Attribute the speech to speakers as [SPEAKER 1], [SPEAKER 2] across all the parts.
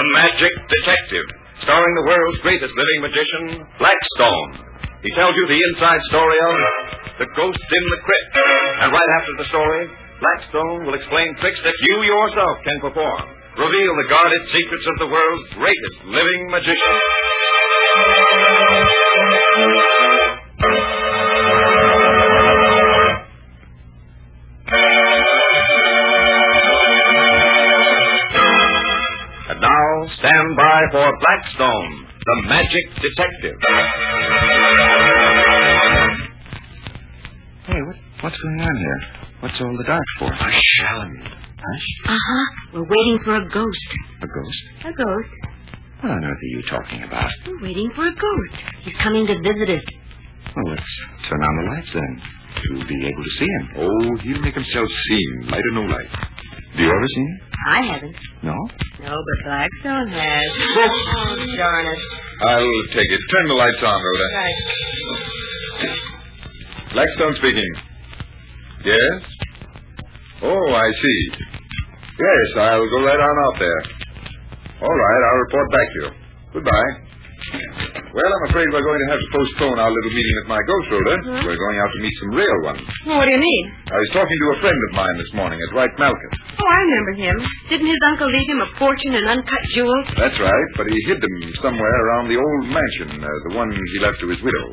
[SPEAKER 1] Magic Detective, starring the world's greatest living magician, Blackstone. He tells you the inside story of The Ghost in the Crypt. And right after the story, Blackstone will explain tricks that you yourself can perform, reveal the guarded secrets of the world's greatest living magician. And now, stand by for Blackstone, the magic detective.
[SPEAKER 2] Hey, what, what's going on here? What's all the dark for? Hush, Alan. Hush?
[SPEAKER 3] Uh huh. We're waiting for a ghost.
[SPEAKER 2] A ghost?
[SPEAKER 3] A ghost?
[SPEAKER 2] What on earth are you talking about?
[SPEAKER 3] We're waiting for a ghost. He's coming to visit us.
[SPEAKER 2] Well, let's turn on the lights then. You'll be able to see him.
[SPEAKER 4] Oh, he'll make himself seen, light or no light.
[SPEAKER 2] Do you ever see him?
[SPEAKER 3] I haven't.
[SPEAKER 2] No?
[SPEAKER 3] No, but Blackstone has. oh, darn it.
[SPEAKER 4] I'll take it. Turn the lights on, Rhoda.
[SPEAKER 3] Right.
[SPEAKER 4] Blackstone speaking. Yes? Oh, I see. Yes, I'll go right on out there. All right, I'll report back to you. Goodbye. Well, I'm afraid we're going to have to postpone our little meeting at my ghost, Rhoda. We're going out to meet some real ones.
[SPEAKER 3] Well, what do you mean?
[SPEAKER 4] I was talking to a friend of mine this morning at White Malcolm.
[SPEAKER 3] Oh, I remember him. Didn't his uncle leave him a fortune and uncut jewels?
[SPEAKER 4] That's right, but he hid them somewhere around the old mansion, uh, the one he left to his widow.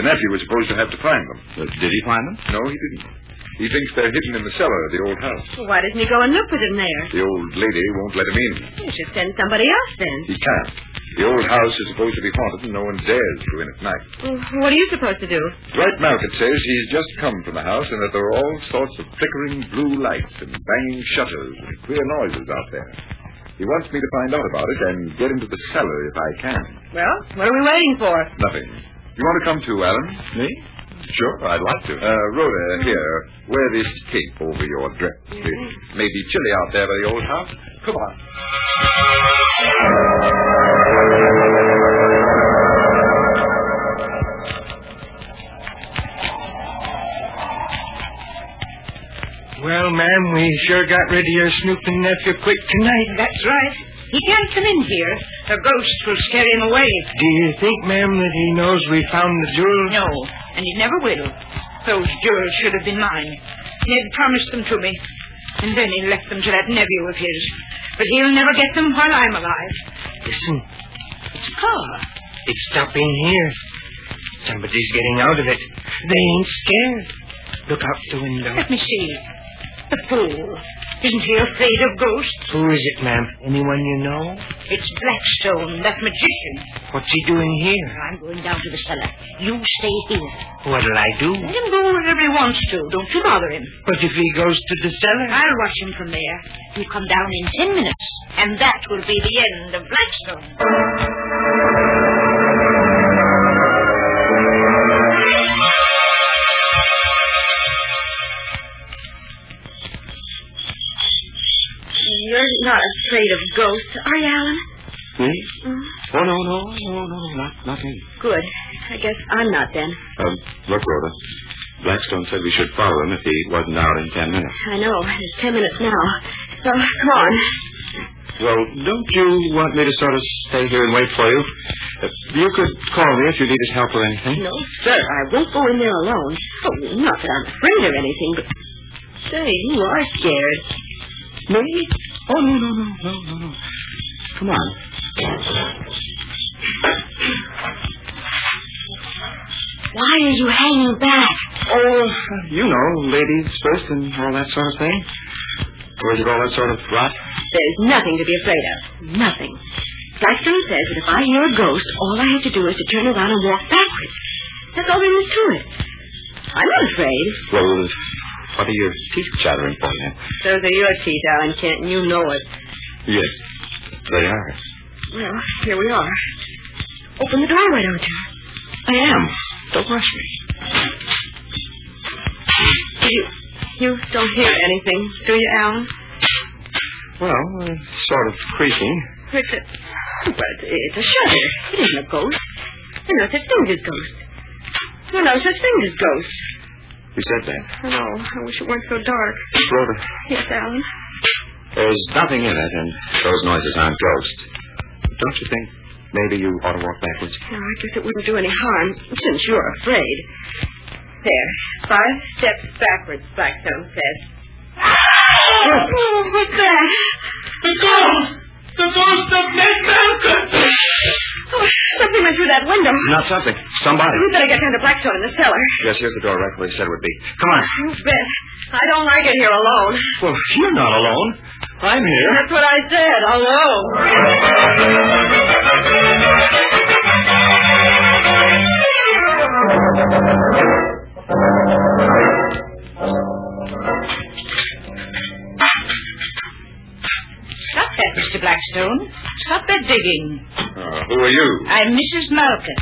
[SPEAKER 4] The nephew was supposed to have to find them.
[SPEAKER 2] But Uh, did he find them?
[SPEAKER 4] No, he didn't. He thinks they're hidden in the cellar of the old house.
[SPEAKER 3] Well, why doesn't he go and look for them there?
[SPEAKER 4] The old lady won't let him in.
[SPEAKER 3] You should send somebody else then.
[SPEAKER 4] He can't. The old house is supposed to be haunted, and no one dares go in at night.
[SPEAKER 3] Well, what are you supposed to do?
[SPEAKER 4] Dwight Malkett says he's just come from the house and that there are all sorts of flickering blue lights and banging shutters and queer noises out there. He wants me to find out about it and get into the cellar if I can.
[SPEAKER 3] Well, what are we waiting for?
[SPEAKER 4] Nothing. You want to come too, Alan?
[SPEAKER 2] Me?
[SPEAKER 4] Sure, I'd like to. Uh, Rhoda, here. Wear this cape over your dress. It may be chilly out there by the old house. Come on.
[SPEAKER 5] Well, ma'am, we sure got rid of your snooping nephew quick tonight.
[SPEAKER 3] That's right. He can't come in here. The ghost will scare him away.
[SPEAKER 5] Do you think, ma'am, that he knows we found the jewels?
[SPEAKER 6] No, and he never will. Those jewels should have been mine. Ned promised them to me, and then he left them to that nephew of his. But he'll never get them while I'm alive.
[SPEAKER 5] Listen,
[SPEAKER 6] It's a car.
[SPEAKER 5] it's stopping here. Somebody's getting out of it. They ain't scared. Look out the window.
[SPEAKER 6] Let me see. The fool. Isn't he afraid of ghosts?
[SPEAKER 5] Who is it, ma'am? Anyone you know?
[SPEAKER 6] It's Blackstone, that magician.
[SPEAKER 5] What's he doing here?
[SPEAKER 3] I'm going down to the cellar. You stay here.
[SPEAKER 5] What'll I do?
[SPEAKER 6] Let him go wherever he wants to. Don't you bother him.
[SPEAKER 5] But if he goes to the cellar?
[SPEAKER 6] I'll watch him from there.
[SPEAKER 3] You come down in ten minutes.
[SPEAKER 6] And that will be the end of Blackstone.
[SPEAKER 3] You're not afraid of ghosts, are you, Alan?
[SPEAKER 2] Me? Oh, no, no, no, no, not, not me.
[SPEAKER 3] Good. I guess I'm not then.
[SPEAKER 2] Um, look, Rhoda. Blackstone said we should follow him if he wasn't out in ten minutes.
[SPEAKER 3] I know. It's ten minutes now. So come on.
[SPEAKER 2] Well, don't you want me to sort of stay here and wait for you? Uh, you could call me if you needed help or anything.
[SPEAKER 3] No, sir. I won't go in there alone. Oh, not that I'm afraid or anything, but say you are scared.
[SPEAKER 2] Me? Oh, no, no, no, no, no, no. Come on.
[SPEAKER 3] Why are you hanging back?
[SPEAKER 2] Oh, you know, ladies first and all that sort of thing. Or is it all that sort of rot?
[SPEAKER 3] There's nothing to be afraid of. Nothing. Blackstone says that if I hear a ghost, all I have to do is to turn around and walk backwards. That's all there is to it. I'm not afraid.
[SPEAKER 2] Well, what are your teeth chattering for, ma'am?
[SPEAKER 3] Those are your teeth, Alan Kent, and you know it.
[SPEAKER 2] Yes, they are.
[SPEAKER 3] Well, here we are. Open the door, why don't you?
[SPEAKER 2] I am. Don't rush me.
[SPEAKER 3] You, you don't hear anything, do you, Alan?
[SPEAKER 2] Well, uh, sort of creaking.
[SPEAKER 3] It's a, well, it's, it's a shutter. It isn't a ghost. There's no such thing as ghosts. There's no such thing as ghosts.
[SPEAKER 2] You said that?
[SPEAKER 3] I know. I wish it weren't so dark.
[SPEAKER 2] Rhoda,
[SPEAKER 3] Yes, Alan.
[SPEAKER 2] uh, There's nothing in it, and those noises aren't ghosts. Don't you think maybe you ought to walk backwards?
[SPEAKER 3] No, I guess it wouldn't do any harm, since you're afraid. There. Five steps backwards, Blackstone says. Oh, what's that? The ghost! The ghost of Ned Malcolm! Oh, something went through that window.
[SPEAKER 2] Not something. Somebody.
[SPEAKER 3] We'd better get down to Blackstone in the cellar.
[SPEAKER 2] Yes, here's the door right where he said it would be. Come on.
[SPEAKER 3] You bet. I don't like it here alone.
[SPEAKER 2] Well, you're not alone. I'm here.
[SPEAKER 3] That's what I said, alone.
[SPEAKER 6] Stop that, Mr. Blackstone. Stop that digging.
[SPEAKER 4] Uh, who are you?
[SPEAKER 6] I'm Mrs. Malkin.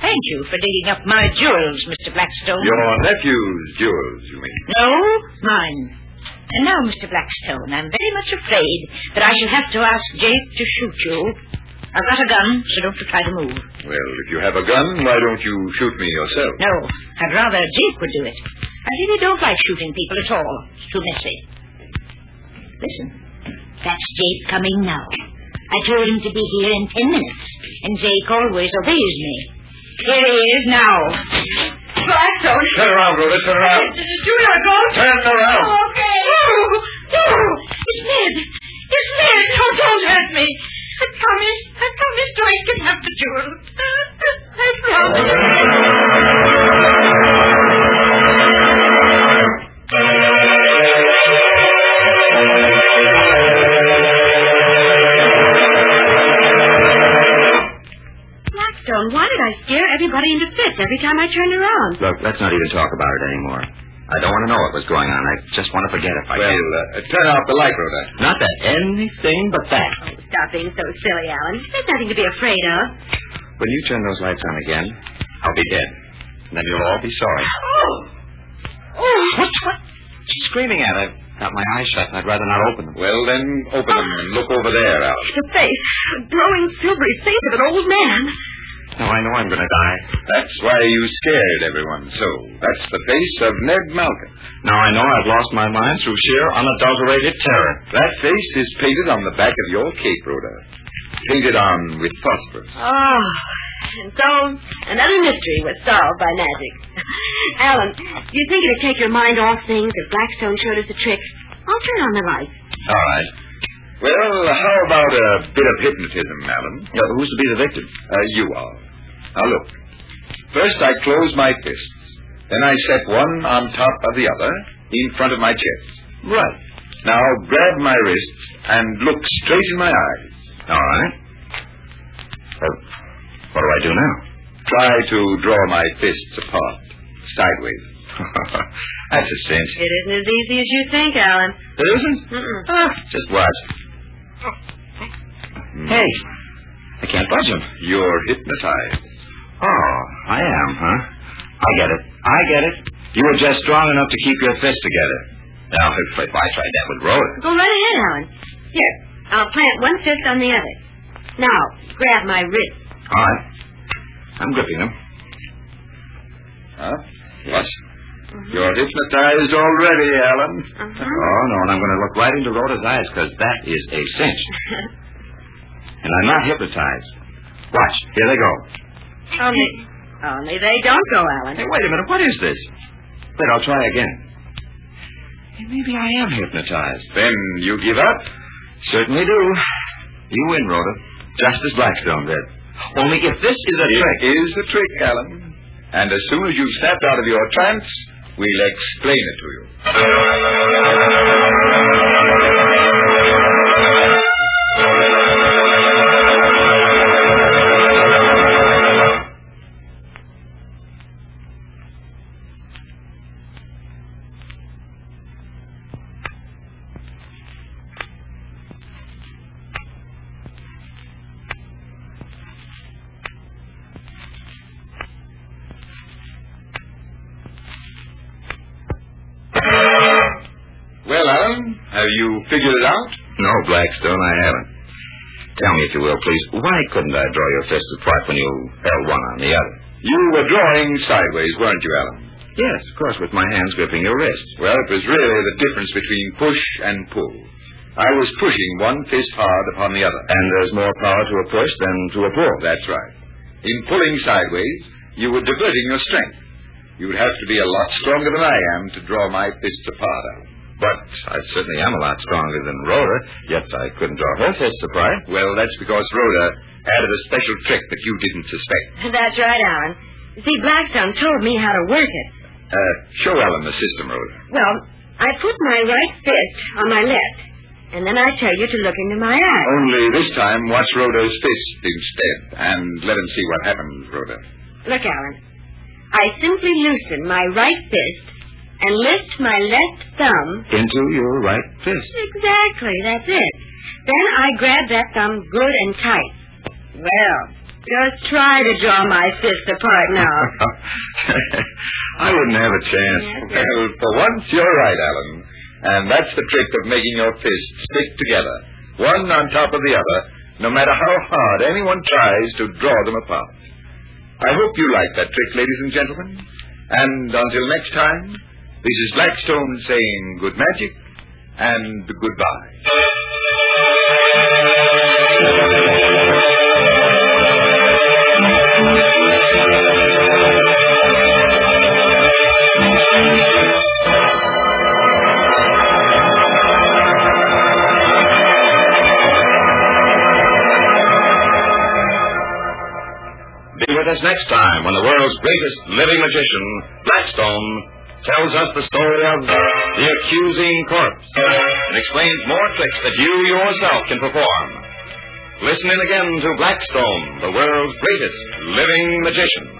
[SPEAKER 6] Thank you for digging up my jewels, Mr. Blackstone.
[SPEAKER 4] Your nephew's jewels, you mean.
[SPEAKER 6] No, mine. And now, Mr. Blackstone, I'm very much afraid that I shall have to ask Jake to shoot you. I've got a gun, so don't try to move.
[SPEAKER 4] Well, if you have a gun, why don't you shoot me yourself?
[SPEAKER 6] No, I'd rather Jake would do it. I really don't like shooting people at all. It's too messy. Listen, that's Jake coming now. I told him to be here in ten minutes, and Jake always obeys me. Here he is now.
[SPEAKER 3] Blackstone!
[SPEAKER 4] Turn around, Rhoda, turn around.
[SPEAKER 3] Junior, go!
[SPEAKER 4] Turn around.
[SPEAKER 3] Oh, Okay. No, no, it's Ned. It's Ned. No, don't hurt me. I promise. I promise I can have the jewels. I promise. Blackstone, why did I scare everybody into fits every time I turned around?
[SPEAKER 2] Look, let's not even talk about it anymore. I don't want to know what was going on. I just want to forget if I
[SPEAKER 4] Well,
[SPEAKER 2] can.
[SPEAKER 4] uh, turn off the light, Rhoda.
[SPEAKER 2] Not that anything but that.
[SPEAKER 3] Stop being so silly, Alan. There's nothing to be afraid of.
[SPEAKER 2] When you turn those lights on again, I'll be dead. And then you'll all be sorry.
[SPEAKER 3] Oh,
[SPEAKER 2] What? What? She's screaming at it. Got my eyes shut, and I'd rather not open them.
[SPEAKER 4] Well, then, open them and look over there, Al.
[SPEAKER 3] the face. Glowing, silvery face of an old man.
[SPEAKER 2] No, I know I'm going to die.
[SPEAKER 4] That's why you scared everyone so. That's the face of Ned Malkin.
[SPEAKER 2] Now I know I've lost my mind through sheer unadulterated terror.
[SPEAKER 4] That face is painted on the back of your cape, Rhoda. Painted on with phosphorus.
[SPEAKER 3] Oh. And so, another mystery was solved by magic. Alan, do you think it'd take your mind off things if Blackstone showed us a trick? I'll turn on the light.
[SPEAKER 2] All right.
[SPEAKER 4] Well, how about a bit of hypnotism, Alan?
[SPEAKER 2] Yeah, but who's to be the victim?
[SPEAKER 4] Uh, you are. Now look. First, I close my fists. Then I set one on top of the other in front of my chest.
[SPEAKER 2] Right.
[SPEAKER 4] Now grab my wrists and look straight in my eyes.
[SPEAKER 2] All right. Well, what do I do now?
[SPEAKER 4] Try to draw my fists apart, sideways.
[SPEAKER 2] That's a cinch.
[SPEAKER 3] It isn't as easy as you think, Alan.
[SPEAKER 2] It isn't?
[SPEAKER 3] Mm-mm.
[SPEAKER 2] Ah, just watch. Hey, I can't budge him.
[SPEAKER 4] You're hypnotized.
[SPEAKER 2] Oh, I am, huh? I get it. I get it. You were just strong enough to keep your fists together. Now, if, if I tried that with Rhoda.
[SPEAKER 3] Go right ahead, Alan. Here, I'll plant one fist on the other. Now, grab my wrist.
[SPEAKER 2] All right. I'm gripping him.
[SPEAKER 4] Huh? What? You're hypnotized already, Alan.
[SPEAKER 3] Uh-huh.
[SPEAKER 2] Oh, no, and I'm going to look right into Rhoda's eyes because that is a cinch. and I'm not hypnotized. Watch. Here they go.
[SPEAKER 3] Only, only they don't go, Alan.
[SPEAKER 2] Hey, wait a minute. What is this? Wait, I'll try again. Hey, maybe I am hypnotized.
[SPEAKER 4] Then you give up.
[SPEAKER 2] Certainly do. You win, Rhoda. Just as Blackstone did. Only if this is a trick.
[SPEAKER 4] It is the trick, Alan. And as soon as you've snapped out of your trance, we'll explain it to you. Well, Alan, have you figured it out?
[SPEAKER 2] No, Blackstone, I haven't. Tell me, if you will, please, why couldn't I draw your fists apart when you held one on the other?
[SPEAKER 4] You were drawing sideways, weren't you, Alan?
[SPEAKER 2] Yes, of course, with my hands gripping your wrist.
[SPEAKER 4] Well, it was really the difference between push and pull. I was pushing one fist hard upon the other.
[SPEAKER 2] And there's more power to a push than to a pull.
[SPEAKER 4] That's right. In pulling sideways, you were diverting your strength. You would have to be a lot stronger than I am to draw my fists apart.
[SPEAKER 2] But I certainly am a lot stronger than Rhoda, yet I couldn't draw her fists apart.
[SPEAKER 4] Well, that's because Rhoda added a special trick that you didn't suspect.
[SPEAKER 3] That's right, Alan. You see, Blackstone told me how to work it.
[SPEAKER 4] Uh, show Ellen the system, Rhoda.
[SPEAKER 3] Well, I put my right fist on my left, and then I tell you to look into my eyes.
[SPEAKER 4] Only this time, watch Rhoda's fist instead, and let him see what happens, Rhoda.
[SPEAKER 3] Look, Alan. I simply loosen my right fist and lift my left thumb.
[SPEAKER 2] Into your right fist.
[SPEAKER 3] Exactly, that's it. Then I grab that thumb good and tight. Well, just try to draw my fist apart now.
[SPEAKER 2] I wouldn't have a chance.
[SPEAKER 4] Well, for once, you're right, Alan. And that's the trick of making your fists stick together, one on top of the other, no matter how hard anyone tries to draw them apart. I hope you like that trick, ladies and gentlemen. And until next time, this is Blackstone saying good magic and goodbye.
[SPEAKER 1] Be with us next time when the world's greatest living magician, Blackstone, tells us the story of the accusing corpse and explains more tricks that you yourself can perform. Listen in again to Blackstone, the world's greatest living magician.